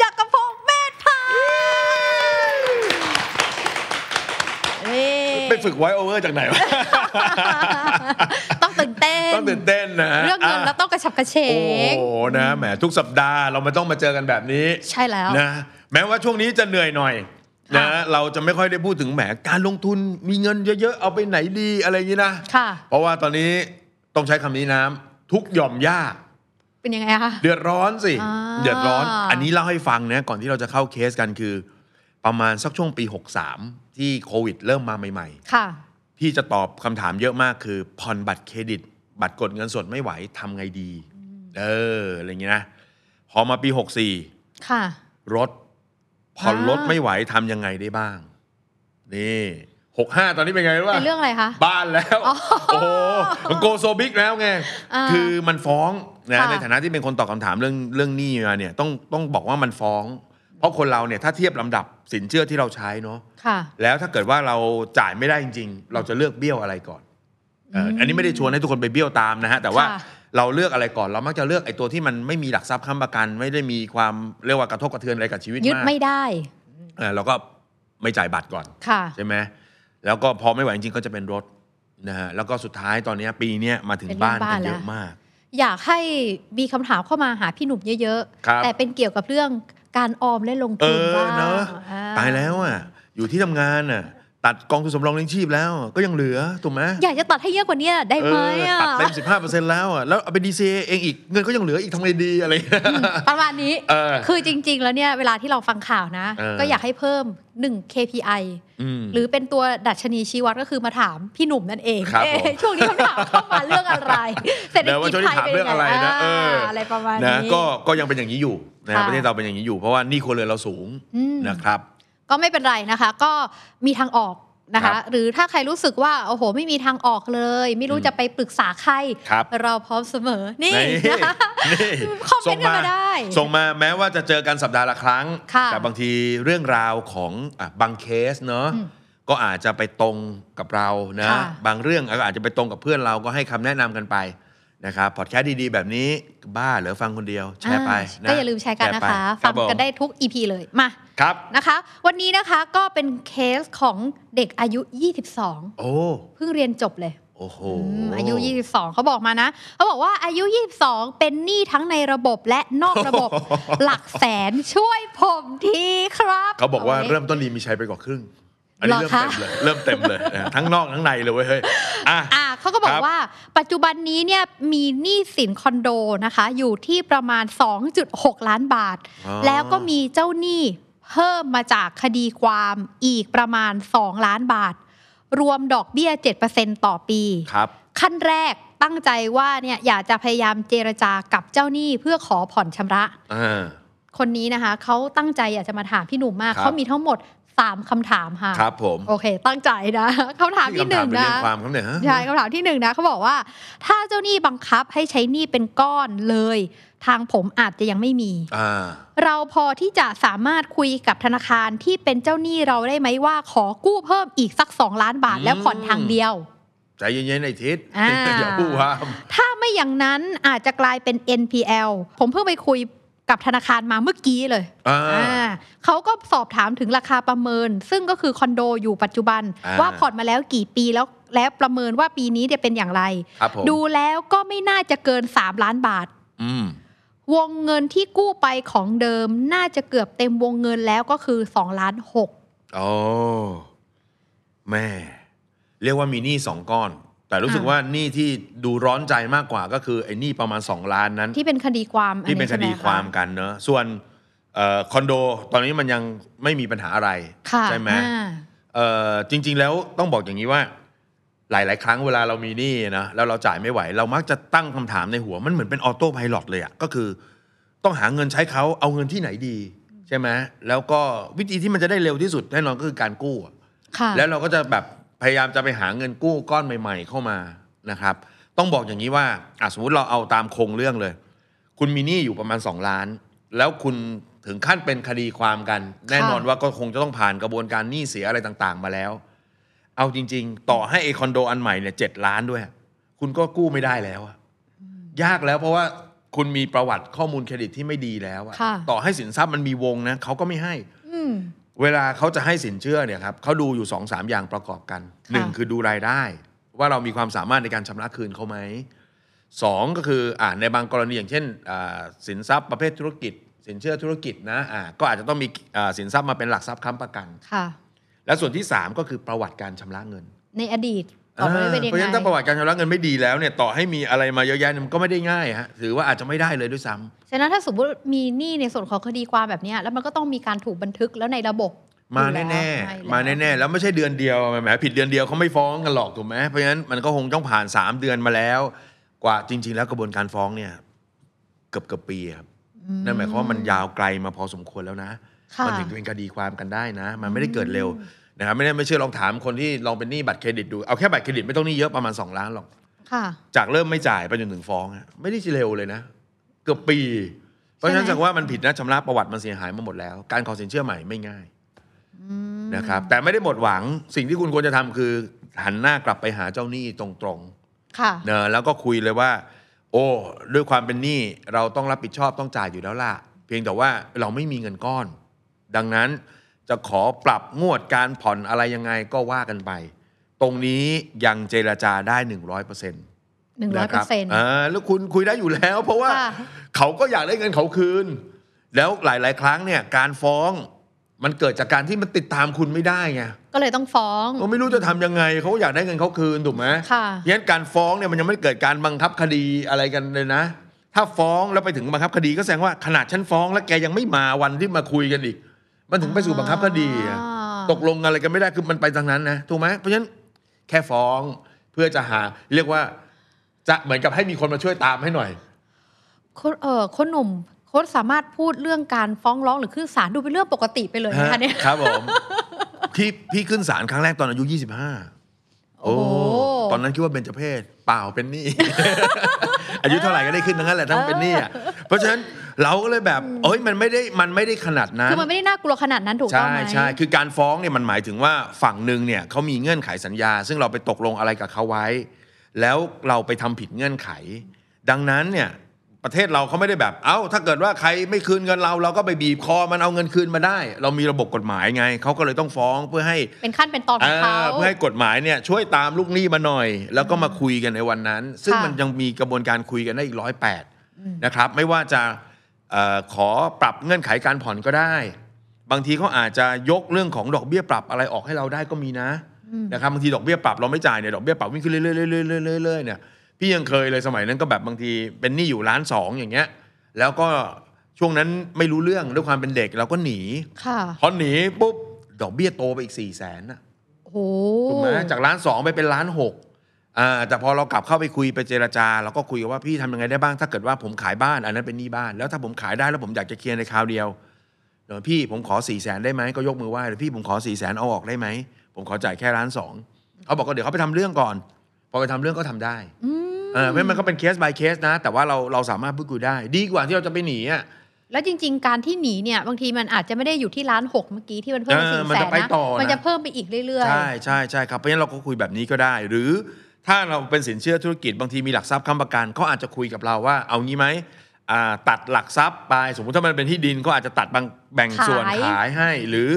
จักรพงศ์เมธพันธ์เย้ ไปฝึกไวโอเวอร์จากไหนวะ ต้องตื่นเต้น ต้องตื่นเต้นนะ เรื่องเงินแล้วต้องกระฉับกระเฉ โอ้ ง โหนะแหมทุกสัปดาห์เรามาต้องมาเจอกันแบบนี้ ใช่แล้ว นะแม้ว่าช่วงนี้จะเหนื่อยหน่อยนะ ค่ะ เราจะไม่ค่อยได้พูดถึงแหมการลงทุนมีเงินเยอะๆ เอาไปไหนดีอะไรอย่างนี้นะ ค่ะ เพราะว่าตอนนี้ต้องใช้คำนี้น้ำทุกหย่อมย่า เป็นยังไงคะ เดือดร้อนสิ อ่า เดือดร้อน อันนี้เล่าให้ฟังนะก่อนที่เราจะเข้าเคสกันคือ ประมาณสักช่วงปี 63 ที่โควิดเริ่มมาใหม่ๆ ค่ะ พี่จะตอบคำถามเยอะมากคือผ่อนบัตรเครดิต บัตรกดเงินสดไม่ไหวทำไงดี เอออะไรอย่างงี้นะ พอมาปี ค่ะ 64 รถ ผ่อน อ่าร ร ถไม่ไหวทำยังไงได้บ้าง นี่65 ตอนนี้เป็นไงรู้ป่ะ เป็นเรื่องอะไรคะ บ้านแล้ว โอ้โหมันโกโซบิกแล้วไง อ่า คือมันฟ้องนะ ค่ะ ในฐานะที่เป็นคนตอบคำถามเรื่องเรื่องหนี้มาเนี่ยต้องต้องบอกว่ามันฟ้อง เพราะคนเราเนี่ยถ้าเทียบลำดับสินเชื่อที่เราใช้เนาะ ค่ะ แล้วถ้าเกิดว่าเราจ่ายไม่ได้จริง ๆ เราจะเลือกเบี้ยวอะไรก่อนเอ่อออันนี้ไม่ได้ชวนให้ทุกคนไปเบี้ยวตามนะฮะ แต่ว่า ค่ะ เราเลือกอะไรก่อน เรามักจะเลือกไอ้ตัวที่มันไม่มีหลักทรัพย์ค้ำประกัน ไม่ได้มีความเรียกว่ากระทบกระเทือนอะไรกับชีวิต ยึด มาก ไม่ได้ เอ่อเราก็ไม่จ่ายบัตรก่อน ค่ะ ใช่ไหมแล้วก็พอไม่ไหวจริงๆก็จะเป็นรถนะฮะแล้วก็สุดท้ายตอนเนี้ยปีเนี้ยมาถึง เป็น บ้าน บ้า กัน นเย แล้ อะ ว มาก อยากให้มีคำถามเข้ามาหาพี่หนุ่มเยอะ ครับ ๆ แต่เป็นเกี่ยวกับเรื่องการออมและลง เอ ทุน อ บ้าง เนอะ อ่ ตายแล้วอ่ะอยู่ที่ทำงานอ่ะตัดกองทุนสำรองเลี้ยงชีพแล้ว ก็ยังเหลือถูกไหม อยากจะตัดให้เยอะกว่านี้ได้ไหมอ่ะ เออตัดเต็มสิบห้าเปอร์เซ็นต์แล้วอ่ะ แล้วเอาไปดีเซเองอีก เงินก็ยังเหลืออีกทำไงดีอะไรเงี้ย ประมาณนี้ เออ คือจริง ๆ แล้วเนี่ย เวลาที่เราฟังข่าวนะ เออ ก็อยากให้เพิ่ม 1 KPI อืม หรือเป็นตัวดัชนีชี้วัดก็คือมาถามพี่หนุ่มนั่นเอง ครับ เอ๊ะ ผม ช่วงนี้คำถามเข้ามาเรื่องอะไร เศรษฐ เดี๋ยว กิ ว่า จ ช่วงนี้ ไทย ถาม เป็น เรื่อ ยังงไง อะไรนะเออ อะไรประมาณ นะ นี้ ก็ก็ยังเป็นอย่างนี้อยู่นะ ค่ะ ประเทศเราเป็นอย่างนี้อยู่ เพราะว่าหนี่ครัวเรือนเราสูง อืม นะครับ ก็ไม่เป็นไรนะคะ ก็มีทางออกนะ ครั คะ บ หรือถ้าใครรู้สึกว่า โอ้โห ไม่มีทางออกเลย ไม่รู้ อืม จะไปปรึกษาใคร ครับ เราพร้อมเสมอ นี่ นี่ นะคะ นี่ คอมเมนต์กันมาได้ ส่งมาแม้ว่าจะเจอกันสัปดาห์ละครั้ง ค่ะ แต่บางทีเรื่องราวของอ่ะบางเคสเนอะ อืม ก็อาจจะไปตรงกับเรานะ ค่ะ บางเรื่องก็อาจจะไปตรงกับเพื่อนเราก็ให้คำแนะนำกันไปนะครับพอดแคสต์ดีๆ แบบนี้บ้าเหรือฟังคนเดียว แชร์ไป า นะ ก็อย่าลืมแชร์กันนะคะ แช ฟัง ร์ป กันได้ทุก EP เลย มา ครับ นะคะวันนี้นะคะก็เป็นเคสของเด็กอายุ 22 โอ้ เพิ่งเรียนจบเลย โอ้โห อมอายุ 22 เขาบอกมานะ เขาบอกว่าอายุ 22 เป็นหนี้ทั้งในระบบและนอกระ บบ โอ้โห หลักแสนช่วยผมทีครับ เขาบอกว่า โย เริ่มต้นดีมีชัยไปกว่าครึ่ง อันนี้ หร เริ่ อคะมเต็มเลยเริ่มเต็มเลยนะทั้งนอกทั้งในเลยเว้ยเฮ้ยอ่ะ อ่ะเขาก็บอกครับ ว่าปัจจุบันนี้เนี่ยมีหนี้สินคอนโดนะคะ อยู่ที่ประมาณ 2.6 ล้านบาท อ๋อ แล้วก็มีเจ้าหนี้เพิ่มมาจากคดีความอีกประมาณ 2 ล้านบาท รวมดอกเบี้ย 7%ต่อปี ครับ ขั้นแรกตั้งใจว่าเนี่ยอยากจะพยายามเจรจากับเจ้าหนี้เพื่อขอผ่อนชำระ อ่า คนนี้นะคะ เขาตั้งใจอยากจะมาถามพี่หนุ่มมาก ครับ เขามีทั้งหมด 3คำถามค่ะ ครับผม โอเค ตั้งใจนะ คำถามที่หนึ่ง คำถามเป็นะนเรื่องความครับเนี่ยฮะ ใช่คำถามที่หนึ่งนะเขาบอกว่า ถ้าเจ้าหนี้บังคับให้ใช้หนี้เป็นก้อนเลย ทางผมอาจจะยังไม่มี อ่า เราพอที่จะสามารถคุยกับธนาคารที่เป็นเจ้าหนี้เราได้ไหมว่า ขอกู้เพิ่มอีกสัก 2 ล้านบาท อืม แล้วผ่อนทางเดียว ใจเย็นๆไอ้ทิศ อ่า อย่าพูดว่า ถ้าไม่อย่างนั้นอาจจะกลายเป็น NPL ผมเพิ่งไปคุยกับธนาคารมาเมื่อกี้เลย อ่า อ่าเขาก็สอบถามถึงราคาประเมิน ซึ่งก็คือคอนโดอยู่ปัจจุบัน อ่า ว่าผ่อนมาแล้วกี่ปีแล้วแล้วประเมินว่าปีนี้จะเป็นอย่างไร ครับผม ดูแล้วก็ไม่น่าจะเกิน 3 ล้านบาท อืม วงเงินที่กู้ไปของเดิม น่าจะเกือบเต็มวงเงินแล้วก็คือ2ล้าน โอ้แม่ เรียกว่ามีหนี้สองก้อน แต่รู้สึกว่าหนี้ที่ดูร้อนใจมากกว่าก็คือไอ้หนี้ประมาณ 2 ล้านนั้น 6ที่เป็นคดีความอั ที่เป็นคดีความ ใช่ไหะ กันเนอะส่วนเอ่อคอนโดตอนนี้มันยังไม่มีปัญหาอะไร ค่ะ ใช่ไหม อ่า เอ่อจริง ๆ แล้วต้องบอกอย่างนี้ว่า หลาย ๆ ครั้งเวลาเรามีหนี้นะแล้วเราจ่ายไม่ไหว เรามักจะตั้งคำถามในหัวมันเหมือนเป็นออโต้ไพายロเลยอะก็คือ ต้องหาเงินใช้เขาเอาเงินที่ไหนดี ใช่ไหมแล้วก็วิธีที่มันจะได้เร็วที่สุดแน่นอนก็คือการกู้อะ ค่ะ แล้วเราก็จะแบบพ พยายามจะไปหาเงินกู้ก้อนใหม่ ๆ เข้ามานะครับ ต้องบอกอย่างนี้ว่าอ่ะสมมติเราเอาตามโครงเรื่องเลย คุณมีหนี้อยู่ประมาณ 2 ล้าน แล้วคุณถึงขั้นเป็นคดีความกัน แน่นอนว่าก็คงจะต้องผ่านกระบวนการหนี้เสียอะไรต่างๆ มาแล้ว เอาจริง ๆ ต่อให้ไอคอนโดอันใหม่เนี่ยเจ็ดล้านด้วย คุณก็กู้ไม่ได้แล้วอะยากแล้วเพราะว่าคุณมีประวัติข้อมูลเครดิตที่ไม่ดีแล้วอะ ค่ะ ต่อให้สินทรัพย์มันมีวงนะเขาก็ไม่ให้ อืม เวลาเขาจะให้สินเชื่อเนี่ยครับเขาดูอยู่2อสามอย่างประกอบกัน ค่ะ หนึ่งคือดูรายได้ ว่าเรามีความสามารถในการชำระคืนเขาไหมสองก็คืออ่าในบางกรณีอย่างเช่นอ่าสินทรัพย์ประเภทธุรกิจ สินเชื่อธุรกิจนะอ่าก็อาจจะต้องมีอ่าสินทรัพย์มาเป็นหลักทรัพย์ค้ำประกัน ค่ะ และส่วนที่ 3 ก็คือประวัติการชำระเงิน ในอดีตต่อไป อ่า เป็นยัง เพราะฉะนั้นถ้าประ ไง วัติการชำระเงินไม่ดีแล้วเนี่ยต่อให้มีอะไรมาเยอะแยะเนี่ยมันก็ไม่ได้ง่ายฮะถือว่าอาจจะไม่ได้เลยด้วยซ้ำ ฉะนั้นถ้าสมมติมีหนี้ในส่วนของคดีความแบบเนี้ยแล้วมันก็ต้องมีการถูกบันทึกแล้วในระบบ มา อยู่ล้ว แน่ ใช่ล้ว ๆ มาแน่ๆ แล้วไม่ใช่เดือนเดียวแหมผิดเดือนเดียวเขาไม่ฟ้องกันหรอกถูกไหมเพราะฉะนั้นมันก็คงต้องผ่าน 3 เดือนมาแล้ว กว่าจริง ๆ แล้วกระบวนการฟ้องเนี่ยเกือบเกือบๆปีครับนั่นหมายความว่ามันยาวไกลมาพอสมควรแล้วนะ ค่ะ มันถึงจะเป็นคดีความกันได้นะ มันไม่ได้เกิดเร็วนะครับไม่ได้ไม่เชื่อลองถามคนที่ลองเป็นหนี้บัตรเครดิตดูเอาแค่บัตรเครดิตไม่ต้องหนี้เยอะประมาณ 2 ล้านหรอก ค่ะ จากเริ่มไม่จ่ายไปจนถึงฟ้องอะไม่ได้เร็วเลยนะ เกือบปี เพราะฉะนั้น ใช่ไหมแสดงว่ามันผิดนะชำระประวัติมันเสียหายมาหมดแล้ว การขอสินเชื่อใหม่ไม่ง่ายนะครับ แต่ไม่ได้หมดหวังสิ่งที่คุณควรจะทำคือ หันหน้ากลับไปหาเจ้าหนี้ตรง ค่ะ ๆเนอะแล้วก็คุยเลยว่า โอ้ด้วยความเป็นหนี้เราต้องรับผิดชอบต้องจ่ายอยู่แล้วล่ะ เพียงแต่ว่าเราไม่มีเงินก้อน ดังนั้นจะขอปรับงวดการผ่อนอะไรยังไงก็ว่ากันไป ตรงนี้ยังเจรจาได้หนึ่งร้อยเปอร์เซ็นต์ หนึ่งร้อย นะค เปอร์เซ็นต์ อ่าแล้วคุณคุยได้อยู่แล้ว เพราะว่า ค่ะ เขาก็อยากได้เงินเขาคืน แล้วหลาย ๆ ครั้งเนี่ยการฟ้องมันเกิดจากการที่มันติดตามคุณไม่ได้ไง ก็เลยต้องฟ้อง ก็ไม่รู้จะทำยังไงเขาก็อยากได้เงินเขาคืนถูกไหม ค่ะ ยันการฟ้องเนี่ยมันยังไม่เกิดการบังคับคดีอะไรกันเลยนะ ถ้าฟ้องแล้วไปถึงบังคับคดีก็แสดงว่าขนาดฉันฟ้องแล้วแกยังไม่มาวันที่มาคุยกันอีก มันถึงไปสู่บังคับคดีอะ อ่า ตกลงอะไรกันไม่ได้คือมันไปทางนั้นนะถูกไหมเพราะฉะนั้นแค่ฟ้องเพื่อจะหาเรียกว่าจะเหมือนกับให้มีคนมาช่วยตามให้หน่อย โค้ชเออโค้ชหนุ่มโค้ชสามารถพูดเรื่องการฟ้องร้องหรือขึ้นศาลดูเป็นเรื่องปกติไปเลยนะคะเนี่ย ครับผมพี่พี่ขึ้นศาลครั้งแรกตอนอายุ 25 โอ้โห ตอนนั้นคิดว่าเป็นเจเพศเปล่าเป็นหนี้ อายุเท่าไหร่ก็ได้ขึ้นทั้งนั้นแหละทั้งเป็นหนี้อะเพราะฉะนั้นเราก็เลยแบบเอ้ยมันไม่ได้มันไม่ได้ขนาดนั้น คือมันไม่ได้น่ากลัวขนาดนั้นถูกต้อง ใช่ ไหม ใช่คือการฟ้องเนี่ยมันหมายถึงว่าฝั่งหนึ่งเนี่ยเขามีเงื่อนไขสัญญา ซึ่งเราไปตกลงอะไรกับเขาไว้ แล้วเราไปทำผิดเงื่อนไข ดังนั้นเนี่ยประเทศเราเขาไม่ได้แบบเอ้า ถ้าเกิดว่าใครไม่คืนเงินเรา เราก็ไปบีบคอมันเอาเงินคืนมาได้ เรามีระบบกฎหมายไงเขาก็เลยต้องฟ้องเพื่อให้ เป็นขั้นเป็นตอนของเขา เออเพื่อให้กฎหมายเนี่ยช่วยตามลูกหนี้มาหน่อย แล้วก็มาคุยกันในวันนั้น ซึ่ง ค่ะ มันยังมีกระบวนการคุยกันได้อีกร้อยแปดนะครับ ไม่ว่าจะเออขอปรับเงื่อนไขการผ่อนก็ได้ บางทีเขาอาจจะยกเรื่องของดอกเบี้ยปรับอะไรออกให้เราได้ก็มีนะนะครับบางทีดอกเบี้ยปรับเราไม่จ่ายเนี่ยดอกเบี้ยปรับวิ่งขึ้นเรื่อยๆเรื่อยๆเรื่อยๆเรื่อยๆเนี่ยพี่ยังเคยเลยสมัยนั้นก็แบบบางทีเป็นหนี้อยู่ล้านสองอย่างเงี้ยแล้วก็ช่วงนั้นไม่รู้เรื่องด้วยความเป็นเด็กเราก็หนี ค่ะ พอหนีปุ๊บดอกเบี้ยโตไปอีก4ี่แสนน่ะ โอ้โห ถูกไหมจากล้านสองไปเป็นล้านหกอ่าแต่พอเรากลับเข้าไปคุยไปเจรจาเราก็คุยกันว่าพี่ทำยังไงได้บ้างถ้าเกิดว่าผมขายบ้านอันนั้นเป็นหนี้บ้านแล้วถ้าผมขายได้แล้วผมอยากจะเคลียร์ในคราวเดียวเดี๋ยวพี่ผมขอสี่แสนได้ไหมก็ยกมือไหว้เลยพี่ผมขอสี่แสนเอาออกได้ไหมผมขอจ่ายแค่ล้านสองเขาบอกก็เดี๋ยวเขาไปทำเรื่องก่อน พอไปทำเรื่องก็ทำได้เออไม่มันก็เป็นเคส by เคสนะ แต่ว่าเราเราสามารถพูดคุยได้ ดีกว่าที่เราจะไปหนีอ่ะ แล้วจริง ๆ การที่หนีเนี่ยบางทีมันอาจจะไม่ได้อยู่ที่ร้านหกเมื่อกี้ที่มันเพิ่ม เออ สี่ มัน แส จะ น ไป นะ ต่อนะ มันจะเพิ่มไปอีกเรื่อย ใช่ใช่ใช่ครับเพราะฉะนั้นเราก็คุยแบบนี้ก็ได้ หรือถ้าเราเป็นสินเชื่อธุรกิจบางทีมีหลักทรัพย์ค้ำประกันเขาอาจจะคุยกับเราว่าเอางี้ไหมอ่าตัดหลักทรัพย์ไปสมมุติถ้ามันเป็นที่ดินก็อาจจะตัดบางแบ่งส่วน ขาย ขายให้ หรือ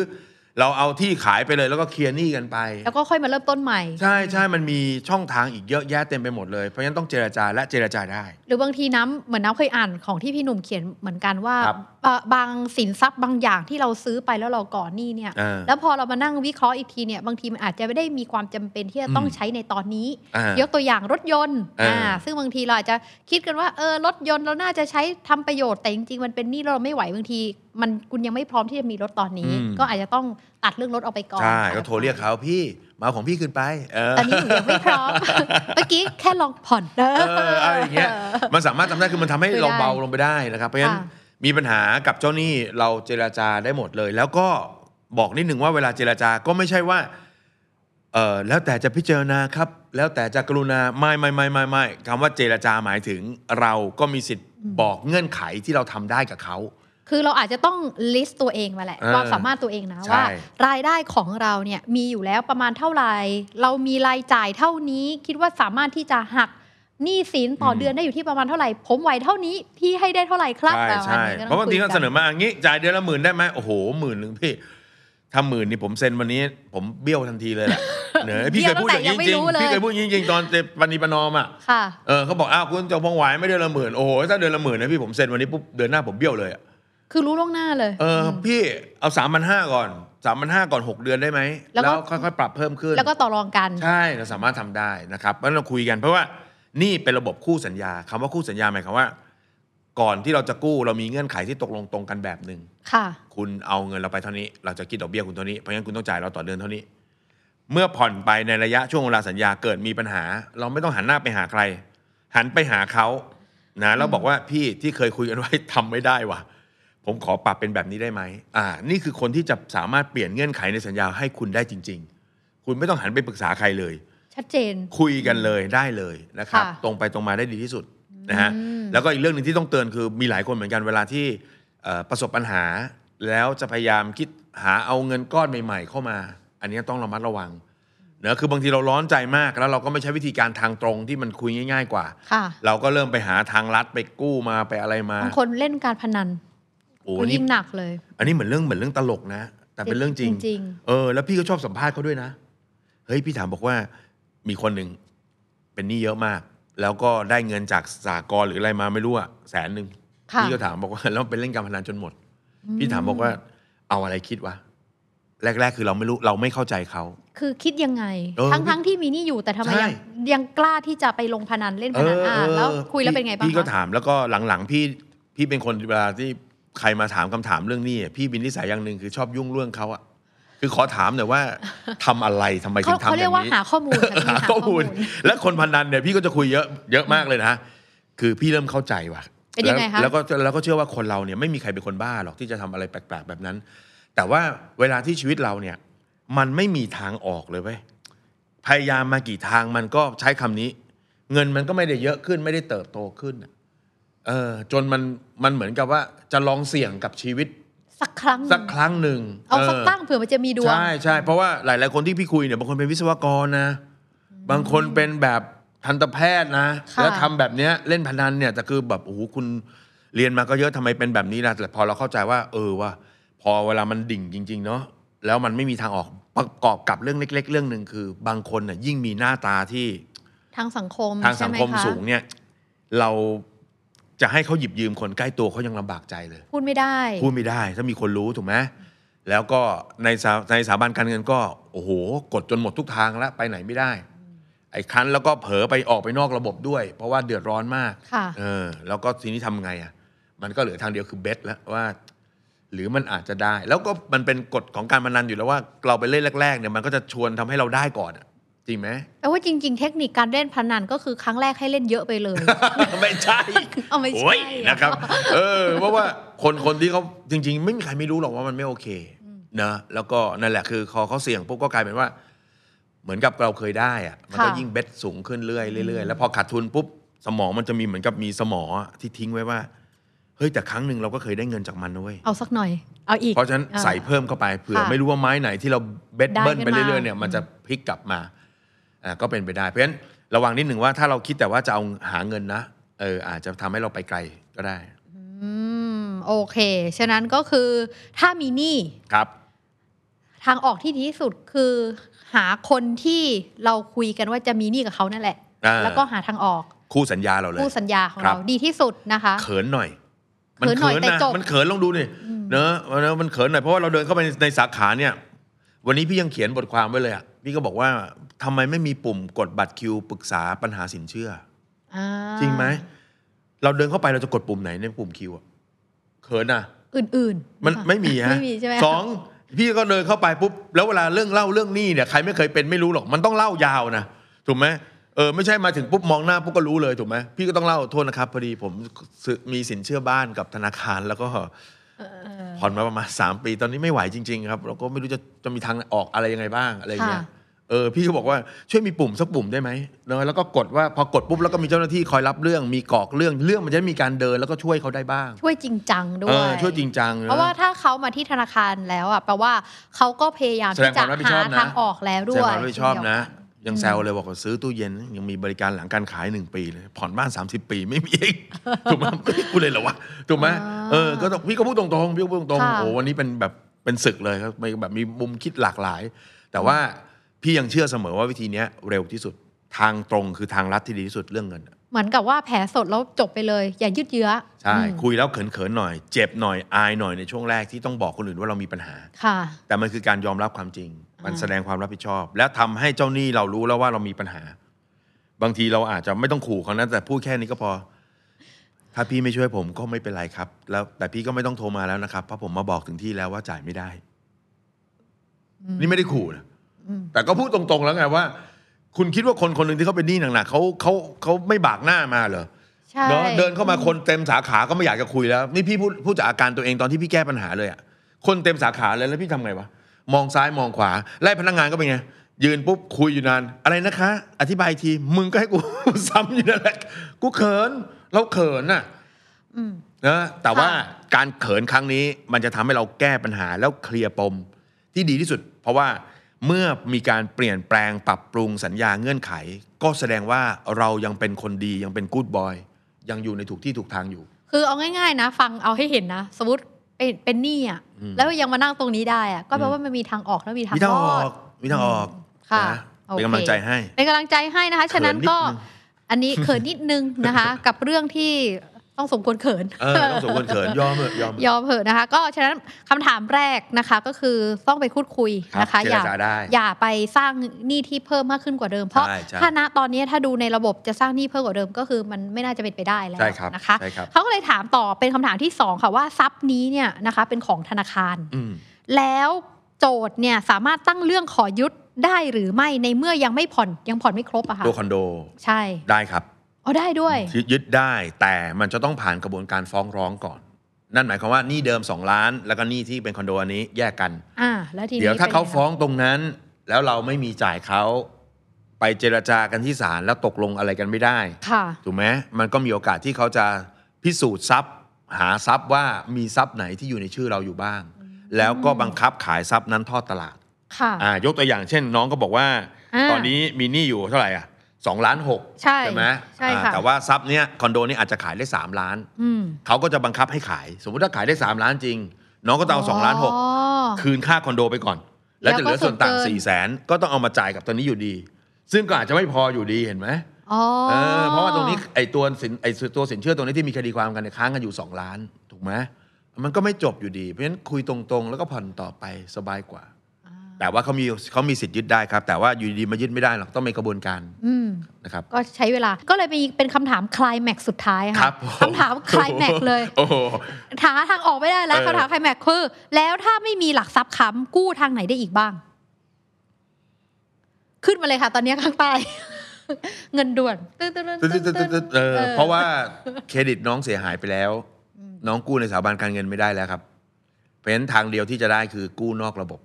เราเอาที่ขายไปเลยแล้วก็เคลียร์หนี้กันไป ๆ แล้วก็ค่อยมาเริ่มต้นใหม่ ใช่ใช่มันมีช่องทางอีกเยอะแยะเต็มไปหมดเลยเพราะฉะนั้นต้องเจรจาและเจรจาได้ หรือบางทีน้ำเหมือนน้ำเคยอ่านของที่พี่หนุ่มเขียนเหมือนกันว่า ครับ บะบางสินทรัพย์บางอย่างที่เราซื้อไปแล้วเราก่อนหนี้เนี่ย เออ แล้วพอเรามานั่งวิเคราะห์อีกทีเนี่ยบางทีมันอาจจะไม่ได้มีความจำเป็นที่จะต้อง อืม ใช้ในตอนนี้ อ่าย กตัวอย่างรถยนต์ เอออ่ ซึ่งบางทีเราอาจจะคิดกันว่าเออรถยนต์เราน่าจะใช้ทำประโยชน์แต่จริงๆมันเป็นหนี้แล้วเราไม่ไหวบางที มันคุณยังไม่พร้อมที่จะมีรถตอนนี้ ก็อาจจะต้องตัดเรื่องรถออกไปก่อน ใช่ก็โทรเรียกเขาพี่มาเอาของพี่ขึ้นไปเออ ตอนนี้หนูยังไม่พ ร้อม เมื่อกี้แค่ลองผ่อนเด้อ เอออะไรอย่างเงี้ยมันสามารถทำได้คือมันทำให้ ไม่ได้ เราเบาลงไปได้นะครับเพราะฉะนั้น ค่ะ มีปัญหากับเจ้าหนี้เราเจราจาได้หมดเลย แล้วก็บอกนิดหนึ่งว่าเวลาเจราจาก็ไม่ใช่ว่าเอ เอ่อแล้วแต่จะพิจารณาครับ แล้วแต่จะกรุณาไม่ไม่ไม่ไม่ไม่คำว่าเจรจาหมายถึงเราก็มีสิทธิ์บอกเงื่อนไขที่เราทำได้กับเขา คือเราอาจจะต้อง list ตัวเองมาแหละ เออ ความสามารถตัวเองนะ ใช่ ว่า รายได้ของเราเนี่ยมีอยู่แล้วประมาณเท่าไหร่ เรามีรายจ่ายเท่านี้ คิดว่าสามารถที่จะหักหนี้สินต่อเดือนได้อยู่ที่ประมาณเท่าไหร่ ผมไหวเท่านี้ พี่ให้ได้เท่าไหร่ครับประใช่มาณ ใช่ นี้ เพราะบางที คุย ก็เสนอมาอย่างนี้จ่ายเดือนละหมื่นได้ไหมโอ้โหหมื่นหนึ่งพี่ถ้าหมื่นนี่ผมเซ็นวันนี้ ผมเบี้ยวทันที เลยแหละเหนือพี่เคยพูดอย่างนี้จริงๆพี่เคยพูดอย่างนี้จริงๆตอนเจปณีประนอมอ่ะ ค่ะ เออเขาบอกอ้าวคุณจงพงไหวายไม่เดือนละหมื่นโอ้โหถ้าเดือนละหมื่นนะพี่ผมเซ็นวันนี้ปุ๊บเดือนหน้าผมเบี้ยวเลยอะ คือรู้ล่วงหน้าเลย เอออพี่เอาสามพันห้าก่อนสามพันห้าก่อนหกเดือนได้ไหม แล้วก็ แล้วค่อยๆปรับเพิ่มขึ้น แล้วก็ต่อรองกัน ใช่เราสามารถทำได้นะครับเพราะฉะนั้นเราคุยกันเพราะว่านี่เป็นระบบคู่สัญญาคำว่าคู่สัญญาหมายความว่า ก่อนที่เราจะกู้เรามีเงื่อนไขที่ตกลงตรงกันแบบหนึ่ง ค่ะ คุณเอาเงินเราไปเท่านี้ เราจะคิดดอกเบี้ยคุณเท่านี้ เพราะงั้นคุณต้องจ่ายเราต่อเดือนเท่านี้ เมื่อผ่อนไปในระยะช่วงเวลาสัญญาเกิดมีปัญหา เราไม่ต้องหันหน้าไปหาใคร หันไปหาเขานะแล้วบอกว่าพี่ที่เคยคุยกันไว้ ทำไม่ได้ว่ะ ผมขอปรับเป็นแบบนี้ได้ไหมอ่า นี่คือคนที่จะสามารถเปลี่ยนเงื่อนไขในสัญญาให้คุณได้จริง ๆ คุณไม่ต้องหันไปปรึกษาใครเลย ชัดเจน คุยกันเลยได้เลยนะครับ ค่ะ ตรงไปตรงมาได้ดีที่สุดนะฮะ อืม แล้วก็อีกเรื่องหนึ่งที่ต้องเตือนคือมีหลายคนเหมือนกันเวลาที่เอ่อประสบปัญหา แล้วจะพยายามคิดหาเอาเงินก้อนใหม่ ๆ เข้ามา อันนี้ต้องระมัดระวังเนอะคือบางทีเราร้อนใจมากแล้วเราก็ไม่ใช้วิธีการทางตรงที่มันคุยง่าย ๆ กว่า ค่ะ เราก็เริ่มไปหาทางลัดไปกู้มาไปอะไรมา บางคนเล่นการพนัน โอ้ ก็ นี่ ยิ่งหนักเลย อันนี้เหมือนเรื่องเหมือนเรื่องตลกนะ แต่เป็นเรื่องจริง จริง เออแล้วพี่ก็ชอบสัมภาษณ์เขาด้วยนะ เฮ้ยพี่ถามบอกว่ามีคนหนึ่งเป็นหนี้เยอะมาก แล้วก็ได้เงินจากสากลหรืออะไรมาไม่รู้อะแสนหนึ่ง ค่ะ พี่ก็ถามบอกว่า แล้วไปเล่นการพนันจนหมด พี่ถามบอกว่าเอาอะไรคิดวะแรก ๆ คือเราไม่รู้เราไม่เข้าใจเขา คือคิดยังไง เออ ทั้งทั้งที่มีหนี่อยู่แต่ทำไม ใช่ ยังยังกล้าที่จะไปลงพนันเล่นพนันอ่า เออ แล้ว ออ คุยแล้วเป็นไงบ้าง พี่ก็ คะ ถามแล้วก็หลังๆพี่พี่เป็นคนเวลาที่ใครมาถามคำถามเรื่องหนี้อะพี่บินนิสัยอย่างหนึ่งคือชอบยุ่งเรื่องเขาอะคือขอถามหน่อยว่าทำอะไรทำไมถึ เขา งทำแบบนี้ เขาเรียกว่าหาข้อมูลค่ะ พี่ หาข้อมูล หา และคนพนันเนี่ยพี่ก็จะคุยเยอะเยอะมากเลยนะ คือพี่เริ่มเข้าใจว่ะ เป็นยังไงคะ แล้วแล้วก็แล้วก็เชื่อว่าคนเราเนี่ยไม่มีใครเป็นคนบ้าหรอกที่จะทำอะไรแปลกๆแบบนั้น แต่ว่าเวลาที่ชีวิตเราเนี่ย มันไม่มีทางออกเลยเว้ยพยายามมากี่ทางมันก็ใช้คำนี้ เงินมันก็ไม่ได้เยอะขึ้นไม่ได้เติบโตขึ้นน่ะเออ จนมันมันเหมือนกับว่าจะลองเสี่ยงกับชีวิต สักครั้ง สักครั้งหนึ่ง เอาสัก อ ตั้งเผื่อมันจะมีดวง ใช่ใช่เพราะว่าหลาย ๆ คนที่พี่คุยเนี่ยบางคนเป็นวิศวกรนะ บางคนเป็นแบบทันตแพทย์นะ ค่ะ แล้วทำแบบเนี้ยเล่นพนันเนี่ยแต่คือแบบโอ้โหคุณเรียนมาก็เยอะทำไมเป็นแบบนี้ล่ะแต่พอเราเข้าใจว่า เออว่า พอเวลามันดิ่งจริง ๆ เนาะแล้วมันไม่มีทางออกประกอบกับเรื่องเล็ก ๆ เรื่องหนึ่งคือ บางคนน่ะยิ่งมีหน้าตาที่ ทางสังคม ทางสังคม ใช่ไหะ สูงเนี่ย เราจะให้เขาหยิบยืมคนใกล้ตัวเขายังลำบากใจเลย พูดไม่ได้ พูดไม่ได้ถ้ามีคนรู้ถูกไหมแล้วก็ในสาในสถาบันการเงินก็โอ้โห กดจนหมดทุกทางแล้วไปไหนไม่ได้ ไอ้คันแล้วก็เผลอไปออกไปนอกระบบด้วย เพราะว่าเดือดร้อนมาก ค่ะ เออ แล้วก็ทีนี้ทำไงอ่ะ มันก็เหลือทางเดียวคือเบสแล้วว่า หรือมันอาจจะได้ แล้วก็มันเป็นกฎของการพนันอยู่แล้วว่า เราไปเล่นแรกๆเนี่ยมันก็จะชวนทำให้เราได้ก่อนอะจริงไหม แปลว่าจริง ๆ เทคนิคการเล่นพนันก็คือครั้งแรกให้เล่นเยอะไปเลย ไม่ใช่ เอาไม่ใช่ โอ้ย อะ นะครับ เออเพราะว่าคนคนที่เขาจริง ๆ ไม่มีใครไม่รู้หรอกว่ามันไม่โอเคนะแล้วก็นั่นแหละคือพอเขาเสี่ยงปุ๊บก็กลายเป็นว่า เหมือนกับเราเคยได้อะมันก็ ค่ะ ยิ่งเบ็ดสูงขึ้นเรื่อยๆเรื่อยๆแล้วพอขาดทุนปุ๊บสมองมันจะมีเหมือนกับมีสมอที่ทิ้งไว้ว่าเฮ้ยแต่ครั้งหนึ่งเราก็เคยได้เงินจากมันนะเว้ย เอาสักหน่อย เอาอีก เพราะฉะนั้นใส่เพิ่มเข้าไปเผื่อ ค่ะ ไม่รู้ว่าไม้ไหนที่เราเบ็ด ได้ เบิ้ล ขึ้น ไปเรื่อย มา ๆเนี่ยมันจะพลิกกลับมาอ่าก็เป็นไปได้เพราะฉะนั้นระวังนิดหนึ่งว่าถ้าเราคิดแต่ว่าจะเอาหาเงินนะเอออาจจะทำให้เราไปไกลก็ได้ อืมโอเค ฉะนั้นก็คือถ้ามีหนี้ ครับ ทางออกที่ดีที่สุดคือหาคนที่เราคุยกันว่าจะมีหนี้กับเขานั่นแหละ อ่า แล้วก็หาทางออก คู่สัญญาเราเลย ผู้สัญญาของ ครับ เราดีที่สุดนะคะ เขินหน่อย เขินหน่อยแต่จบ มันเขินลองดูนี่เนอะเนอะมันเขินหน่อยเพราะว่าเราเดินเข้าไปในในสาขาเนี่ย วันนี้พี่ยังเขียนบทความไว้เลยอ่ะพี่ก็บอกว่าทำไมไม่มีปุ่มกดบัตรคิวปรึกษาปัญหาสินเชื่อ อ่า จริงไหมเราเดินเข้าไปเราจะกดปุ่มไหนในปุ่มคิวอ่ะเขินอ่ะ อื่นๆ มัน ค่ะ ไม่มีฮะ ไม่มีใช่ไหม สองพี่ก็เดินเข้าไปปุ๊บแล้วเวลาเรื่องเล่าเรื่องหนี้เนี่ยใครไม่เคยเป็นไม่รู้หรอกมันต้องเล่ายาวนะถูกไหมเออไม่ใช่มาถึงปุ๊บมองหน้าปุ๊บก็รู้เลยถูกไหมพี่ก็ต้องเล่าโทษนะครับพอดีผมซื้อมีสินเชื่อบ้านกับธนาคาร แล้วก็ผ่อนมาประมาณ3ปี ตอนนี้ไม่ไหวจริง ๆ ครับ แล้วก็ไม่รู้จะจะมีทางออกอะไรยังไงบ้างอะไรอย่างเงี้ย เออพี่ก็บอกว่าช่วยมีปุ่มสักปุ่มได้ไหมเนอะแล้วก็กดว่าพอกดปุ๊บแล้วก็มีเจ้าหน้าที่คอยรับเรื่องมีกรอกเรื่องเรื่องมันจะได้มีการเดินแล้วก็ช่วยเขาได้บ้าง ช่วยจริงจังด้ว เอย อช่วยจริงจังน เพราะว่าถ้าเขามาที่ธนาคารแล้วอ่ะแปลว่าเขาก็พยายาม แสด ที่ งจะความรับผิดช หา อบนะ ทางออกแล้วด้ แสด วยงความรับผิดชอบนะ เช่เดียวกั ยังแซวเลยบอกว่าซื้อตู้เย็น ยังมีบริการหลังการขายหนึ่งปีเลย ผ่อนบ้าน 30 ปีไม่มีเอง ถูกไหม กูดเลยเหรอวะ ถูกไหม อ่า เออก็ต้องพี่ก็พูดตรงๆพี่ก็พูดตรงๆ ค่ะ โอ้โหวันนี้เป็นแบบเป็นศึกเลยครับมีแบบมีมุมคิดหลากหลาย แต่ว่าพี่ยังเชื่อเสมอว่าวิธีเนี้ยเร็วที่สุดทางตรงคือทางลัดที่ดีที่สุดเรื่องเงิน เหมือนกับว่าแผลสดแล้วจบไปเลย อย่ายืดเยื้อ ใช่ อืม คุยแล้วเขินๆหน่อย เจ็บหน่อยอายหน่อยในช่วงแรกที่ต้องบอกคนอื่นว่าเรามีปัญหา ค่ะ แต่มันคือการยอมรับความจริง มัน อ่า แสดงความรับผิดชอบ และทำให้เจ้าหนี้เรารู้แล้วว่าเรามีปัญหา บางทีเราอาจจะไม่ต้องขู่เขานะแต่พูดแค่นี้ก็พอ ถ้าพี่ไม่ช่วยผมก็ไม่เป็นไรครับ แล้วแต่พี่ก็ไม่ต้องโทรมาแล้วนะครับ เพราะผมมาบอกถึงที่แล้วว่าจ่ายไม่ได้ อืม นี่ไม่ได้ขู่นะ อืม แต่ก็พูดตรงๆแล้วไงว่า คุณคิดว่าคนคนหนึ่งที่เขาเป็นหนี้หนักๆเขาเขาเขาไม่บากหน้ามาเหรอ ใช่ เนอะเดินเข้ามาคนเต็มสาขาก็ไม่อยากจะคุยแล้ว นี่พี่พูดพูดจากอาการตัวเองตอนที่พี่แก้ปัญหาเลยอะคนเต็มสาขาเลยแล้วพี่ทำไงวะมองซ้ายมองขวาไล่พนักงานก็เป็นไง ยืนปุ๊บคุยอยู่นานอะไรนะคะ อธิบายอีกทีมึงก็ให้กู ซ้ำอยู่นั่นแหละกูเขินเราเขินน่ะ อืม นะแต่ว่า ค่ะ การเขินครั้งนี้มันจะทำให้เราแก้ปัญหาแล้วเคลียร์ปมที่ดีที่สุด เพราะว่าเมื่อมีการเปลี่ยนแปลงปรับปรุงสัญญาเงื่อนไข ก็แสดงว่าเรายังเป็นคนดียังเป็นกู๊ดบอยยังอยู่ในถูกที่ถูกทางอยู่ คือเอาง่ายๆนะ ฟังเอาให้เห็นนะ สมมติเป็นเป็นหนี้อ่ะ อืม แล้วยังมานั่งตรงนี้ได้อ่ะก็แปลว่ามันมีทางออกและมีทาง มีทาง ร อ อ อ ด กมีทางออก ค่ะ นะ โอเค เป็นกำลังใจให้ เป็นกำลังใจให้นะคะ ฉะนั้นก็ เขินนิดนึ อันนี้เขินนิดนึงนะคะ กับเรื่องที่ต้องสมควรเขิน เออต้องสมควรเขินยอมเถอะยอมเถ ย อะ อมเถอะนะคะ ก็ฉะนั้นคำถามแรกนะคะ ก็คือต้องไปพูดคุยนะ ครั คะ บ อย่า เจรจาได้ อย่าไปสร้างหนี้ที่เพิ่มมากขึ้นกว่าเดิมเพราะ ใช่ใช่ ถ้าณตอนนี้ถ้าดูในระบบจะสร้างหนี้เพิ่มกว่าเดิมก็คือมันไม่น่าจะเป็นไปได้แล้ว ใช่ครับ นะคะ ใช่ครับ เขาก็เลยถามต่อเป็นคำถามที่สองค่ะว่าทรัพย์นี้เนี่ยนะคะเป็นของธนาคาร อืม แล้วโจทย์เนี่ยสามารถตั้งเรื่องขอยุดได้หรือไม่ในเมื่อยังไม่ผ่อนยังผ่อนไม่ครบอะค่ะ ตัวคอนโด ใช่ ได้ครับ อ๋อได้ด้วย ยึดได้แต่มันจะต้องผ่านกระบวนการฟ้องร้องก่อน นั่นหมายความว่าหนี้เดิม 2 ล้าน แล้วก็หนี้ที่เป็นคอนโดอันนี้แยกกัน อ่า แล้วทีนี้ เดี๋ยวถ้า ป็น เขา ไงคะ ฟ้องตรงนั้น แล้วเราไม่มีจ่ายเขาไปเจรจากันที่ศาลแล้วตกลงอะไรกันไม่ได้ ค่ะ ถูกไหมมันก็มีโอกาสที่เขาจะพิสูจน์ทรัพย์ หาทรัพย์ว่ามีทรัพย์ไหนที่อยู่ในชื่อเราอยู่บ้าง แล้วก็บังคับขายทรัพย์นั้นทอดตลาด ค่ะ อ่ายกตัวอย่างเช่น น้องก็บอกว่า อ่า ตอนนี้มีหนี้อยู่เท่าไหร่อ่ะสองล้านหก ใช่ ไหม ใช่ค่ะ อ่าแต่ว่าทรัพย์เนี้ยคอนโดนี้อาจจะขายได้ 3 ล้าน อืม เขาก็จะบังคับให้ขาย สมมุติถ้าขายได้ 3 ล้านจริง น้องก็ต้องเอาสองล้านหก อ๋อ คืนค่าคอนโดไปก่อน แล้วจะเหลือส่วนต่าง4ี่แสนก็ต้องเอามาจ่ายกับตอนนี้อยู่ดี ซึ่งก็อาจจะไม่พออยู่ดีเห็นไหม อ๋อ เออเพราะว่าตรงนี้ไอ้ตัวสินไอ้ตัวสินเชื่อตรงนี้ที่มีคดีความกันเนี่ยค้างกันอยู่ 2 ล้าน ถูกไหมมันก็ไม่จบอยู่ดี เพราะฉะนั้นคุยตรงๆ แล้วก็ผ่อนต่อไปสบายกว่า แต่ว่าเขามีเขามีสิทธิ์ยึดได้ครับ แต่ว่าอยู่ดีมายึดไม่ได้หรอกต้องมีกระบวนการ อืม นะครับ ก็ใช้เวลา ก็เลยมีเป็นคำถามคลายแม็กซ์สุดท้าย ครั ค่ะ บผม คำถามคลายแม็กซ์เลย โอ้โห หาทางออกไม่ได้แล้ว เออ คำถามคลายแม็กซ์คือ แล้วถ้าไม่มีหลักทรัพย์ค้ำกู้ทางไหนได้อีกบ้าง ขึ้นมาเลยค่ะ ตอนนี้ข้างใต้ เงินด่วนตึ๊ดตึ๊ดตึ๊ด ตึ๊ด ตึ๊ด ตึ๊ดตึ๊ดตึ๊ดเออเพราะว่าเครดิตน้องเสียหายไปแล้ว น้องกู้ในสถาบันการเงินไม่ได้แล้วครับ เพราะฉะนั้นทางเดียวที่จะได้คือกู้นอกระบบ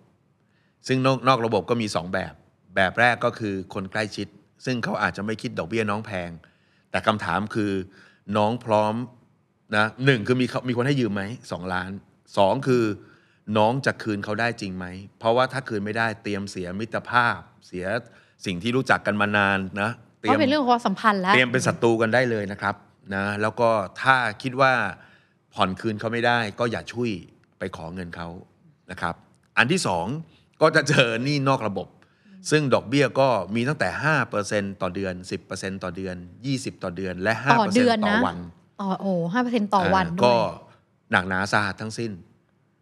ซึ่งนอกนอกระบบก็มี 2 แบบ แบบแรกก็คือคนใกล้ชิด ซึ่งเขาอาจจะไม่คิดดอกเบี้ยน้องแพง แต่คำถามคือน้องพร้อมนะหนึ่งคือมีเขามีคนให้ยืมไหมสองล้านสองคือน้องจะคืนเขาได้จริงไหม เพราะว่าถ้าคืนไม่ได้เตรียมเสียมิตรภาพ เสียสิ่งที่รู้จักกันมานานนะตรี ก็ ยม เป็นเรื่องของความสัมพันธ์แล้ว เตรียมเป็นศัตรูกันได้เลยนะครับนะแล้วก็ถ้าคิดว่าผ่อนคืนเขาไม่ได้ ก็อย่าช่วยไปขอเงินเขานะครับ อันที่สองก็จะเจอหนี้นอกระบบ ซึ่งดอกเบี้ยก็มีตั้งแต่ 5%ต่อเดือน 10%ต่อเดือน 20 ต่อเดือน และ 5% ต่อเดือน ต่อ นะ วัน ต่อโอ้ห้าเปอร์เซ็นต์ต่อวัน อ่า ด้ ก็ วย หนักหนาสาหัสทั้งสิ้น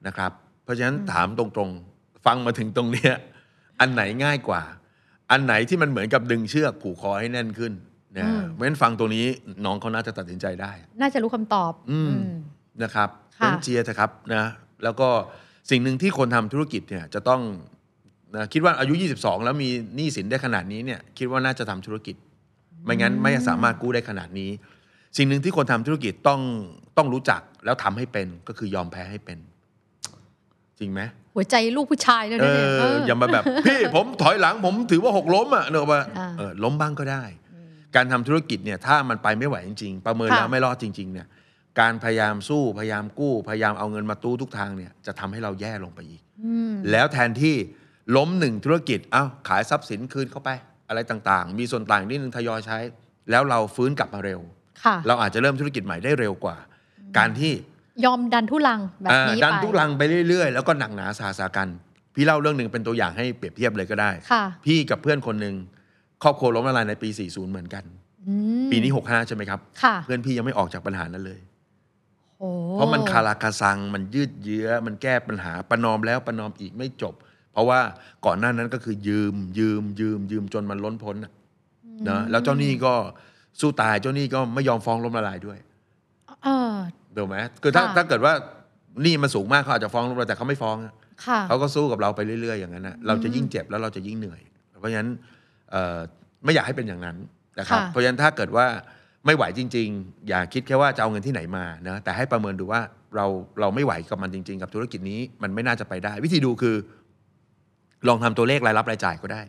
นะครับ เพราะฉะนั้นถามตรงๆ ฟังมาถึงตรงเนี้ยอันไหนง่ายกว่า อันไหนที่มันเหมือนกับดึงเชือกผูกคอให้แน่นขึ้นนะ อืม เพราะฉะนั้นฟังตรงนี้น้องเขาน่าจะตัดสินใจได้ น่าจะรู้คำตอบ อืม อืม นะครับ ค่ะ เพราะฉะนั้นเชียร์เถอะครับนะแล้วก็สิ่งหนึ่งที่คนทำธุรกิจเนี่ยจะต้องนะคิดว่าอายุ 22 แล้วมีหนี้สินได้ขนาดนี้เนี่ยคิดว่าน่าจะทำธุรกิจ ไม่งั้นไม่สามารถกู้ได้ขนาดนี้ สิ่งหนึ่งที่คนทำธุรกิจต้องต้องรู้จักแล้วทำให้เป็นก็คือยอมแพ้ให้เป็น จริงไหม หัวใจลูกผู้ชายแล้ว เอ นะเนี่ย อ เออ อย่ามาแบบ พี่ผมถอยหลังผมถือว่าหกล้มอ่ะเนกอะว่า อ่า เออล้มบ้างก็ได้ การทำธุรกิจเนี่ยถ้ามันไปไม่ไหวจริง ๆ ประเมิน ค่ะ แล้วไม่รอดจริงๆเนี่ยการพยายามสู้พยายามกู้พยายามเอาเงินมาตู้ทุกทางเนี่ยจะทำให้เราแย่ลงไปอีก ม แล้วแทนที่ล้มหนึ่งธุรกิจเอ้าขายทรัพย์สินคืนเข้าไป อะไรต่างๆ มีส่วนต่างนิดนึงทยอยใช้ แล้วเราฟื้นกลับมาเร็ว ค่ะ เราอาจจะเริ่มธุรกิจใหม่ได้เร็วกว่า การที่ ยอมดันทุลังแบบนี้ อ่า ไป ดันทุลังไปเรื่อยๆ แล้วก็หนักหนาสาหัสากัน พี่เล่าเรื่องหนึ่งเป็นตัวอย่างให้เปรียบเทียบเลยก็ได้ ค่ะ พี่กับเพื่อนคนหนึ่งครอบครัวล้มละลายในปี 40 เหมือนกัน อืม ปีนี้ 65 ใช่ไหมครับ ค่ะ เพื่อนพี่ยังไม่ออกจากปัญหานั้นเลย โอ้ เพราะมันคาราคาซัง มันยืดเยื้อ มันแก้ปัญหาประนอมแล้วประนอมอีกไม่จบ เพราะว่าก่อนหน้านั้นก็คือยืม ยืม ยืม ยืมจนมันล้นพ้นน่ะนะแล้วเจ้าหนี้ก็สู้ตายเจ้าหนี้ก็ไม่ยอมฟ้องล้มละลายด้วย เออ ถูกไหมคือถ้า ค่ะ ถ้าเกิดว่าหนี้มันสูงมากเขาอาจจะฟ้องล้มละลายแต่เขาไม่ฟ้องอะ ค่ะ เขาก็สู้กับเราไปเรื่อย ๆ อย่างนั้นนะเราจะยิ่งเจ็บแล้วเราจะยิ่งเหนื่อย เพราะฉะนั้นเอ่อไม่อยากให้เป็นอย่างนั้นนะครับ ค่ะ เพราะฉะนั้นถ้าเกิดว่าไม่ไหวจริง ๆ อย่าคิดแค่ว่าจะเอาเงินที่ไหนมานะแต่ให้ประเมินดูว่าเราเราไม่ไหวกับมันจริง ๆ กับธุรกิจนี้มันไม่น่าจะไปได้ วิธีดูคือ ลองทำตัวเลขรายรับรายจ่ายก็ได้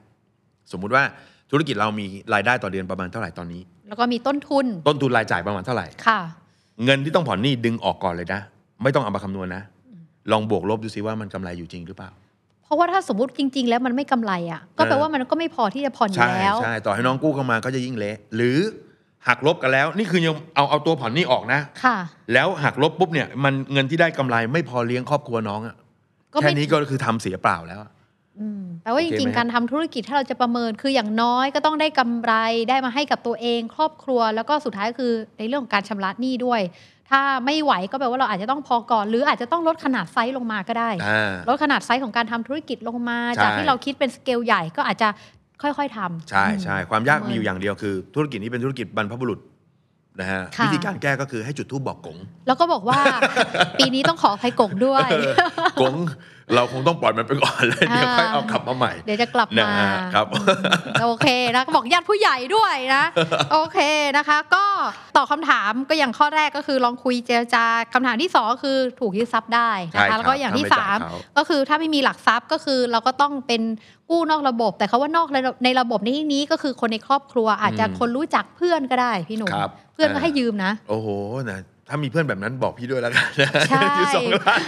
สมมุติว่าธุรกิจเรามีรายได้ต่อเดือนประมาณเท่าไหร่ตอนนี้ แล้วก็มีต้นทุน ต้นทุนรายจ่ายประมาณเท่าไหร่ ค่ะ เงินที่ต้องผ่อนหนี้ดึงออกก่อนเลยนะ ไม่ต้องเอามาคำนวณนะ ลองบวกลบดูซิว่ามันกำไรอยู่จริงหรือเปล่า เพราะว่าถ้าสมมติจริง ๆ แล้วมันไม่กำไรอ่ะ ก็แปลว่ามันก็ไม่พอที่จะผ่อนอยู่ ใช่ แล้ว ใช่ต่อให้น้องกู้เข้ามาก็จะยิ่งเละหรือหักลบกันแล้ว นี่คือยังเอาเอาตัวผ่อนหนี่ออกนะ ค่ะ แล้วหักลบปุ๊บเนี่ยมันเงินที่ได้กำไรไม่พอเลี้ยงครอบครัวน้องอะ ก็ แค่ ไม่ นี้ก็คือทำเสียเปล่าแล้วอะ อืมแปลว่าจ โอเค ริง ไหๆมการทำธุรกิจถ้าเราจะประเมินคืออย่างน้อยก็ต้องได้กำไรได้มาให้กับตัวเองครอบครัว แล้วก็สุดท้ายก็คือในเรื่องของการชำระหนี้ด้วย ถ้าไม่ไหวก็แปลว่าเราอาจจะต้องพอก่อน หรืออาจจะต้องลดขนาดไซส์ลงมาก็ได้ อ่า ลดขนาดไซส์ของการทำธุรกิจลงมา ใช่ จากที่เราคิดเป็นสเกลใหญ่ก็อาจจะค่อยๆทำ ใช่ใช่ความยาก ประเมิน มีอยู่อย่างเดียวคือ ธุรกิจนี้เป็นธุรกิจบรรพบุรุษนะฮะ ค่ะ วิธีการแก้ก็คือให้จุดทูบบอกกง แล้วก็บอกว่า ปีนี้ต้องขออภัยกงด้วย เออกงเราคงต้องปล่อยมันไปก่อนแล้วเดี๋ยวค่อยเอากลับมาใหม่ เดี๋ยวจะกลับ นะ มา ฮะครับ โอเคนะก็บอกญาติผู้ใหญ่ด้วยนะ โอเคนะคะ ก็ตอบคำถามก็อย่างข้อแรกก็คือลองคุยเจรจาคำถามที่สองก็คือถูกยึดทรัพย์ได้ ใช่ นะ คคะรับ แล้วก็อย่างที่ ทำให้ สาม จ่ายเขา ก็คือถ้าไม่มีหลักทรัพย์ก็คือเราก็ต้องเป็นกู้นอกระบบ แต่เขาว่านอกระบบในระบบในที่นี้ก็คือคนในครอบครัวอาจจะคนรู้จักเพื่อนก็ได้พี่หนุ่ม ครับ เพื่อนก็ให้ อ่า ยืมนะ โอ้โหนะถ้ามีเพื่อนแบบนั้นบอกพี่ด้วยแล้วกันนะ ใช่ ยืมสองล้าน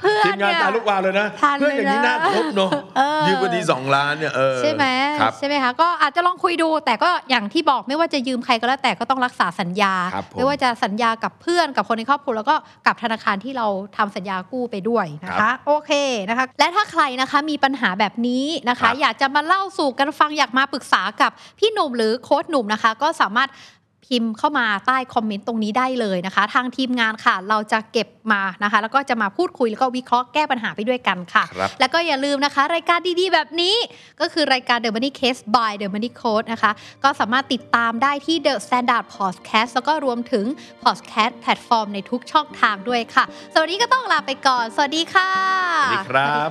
เพื่อน ทีมงาน เนี่ย ตาลูกวาวเลยนะ ทัน เพื่อนอย่างนี้ เลยนะ น่าคบเนาะ เออ ยืมวันทีสองล้านเนี่ยเออ ใช่ไหม ครับ ใช่ไหมคะก็อาจจะลองคุยดู แต่ก็อย่างที่บอกไม่ว่าจะยืมใครก็แล้วแต่ก็ต้องรักษาสัญญา ครับผม ไม่ว่าจะสัญญากับเพื่อนกับคนในครอบครัวแล้วก็กับธนาคารที่เราทำสัญญากู้ไปด้วยนะ ครั คะ บ โอเคนะคะ และถ้าใครนะคะมีปัญหาแบบนี้นะ ครั คะ บ อยากจะมาเล่าสู่กันฟังอยากมาปรึกษากับพี่หนุ่มหรือโค้ชหนุ่มนะคะ ก็สามารถพิมพ์เข้ามาใต้คอมเมนต์ตรงนี้ได้เลยนะคะ ทางทีมงานค่ะ เราจะเก็บมานะคะ แล้วก็จะมาพูดคุยแล้วก็วิเคราะห์แก้ปัญหาไปด้วยกันค่ะ ครับ แล้วก็อย่าลืมนะคะ รายการดีๆ แบบนี้ก็คือรายการ The Money Case by The Money Code นะคะ ก็สามารถติดตามได้ที่ The Standard Podcast แล้วก็รวมถึง Podcast แพลตฟอร์มในทุกช่องทางด้วยค่ะ สวัสดีก็ต้องลาไปก่อน สวัสดีค่ะ สวัสดีครับ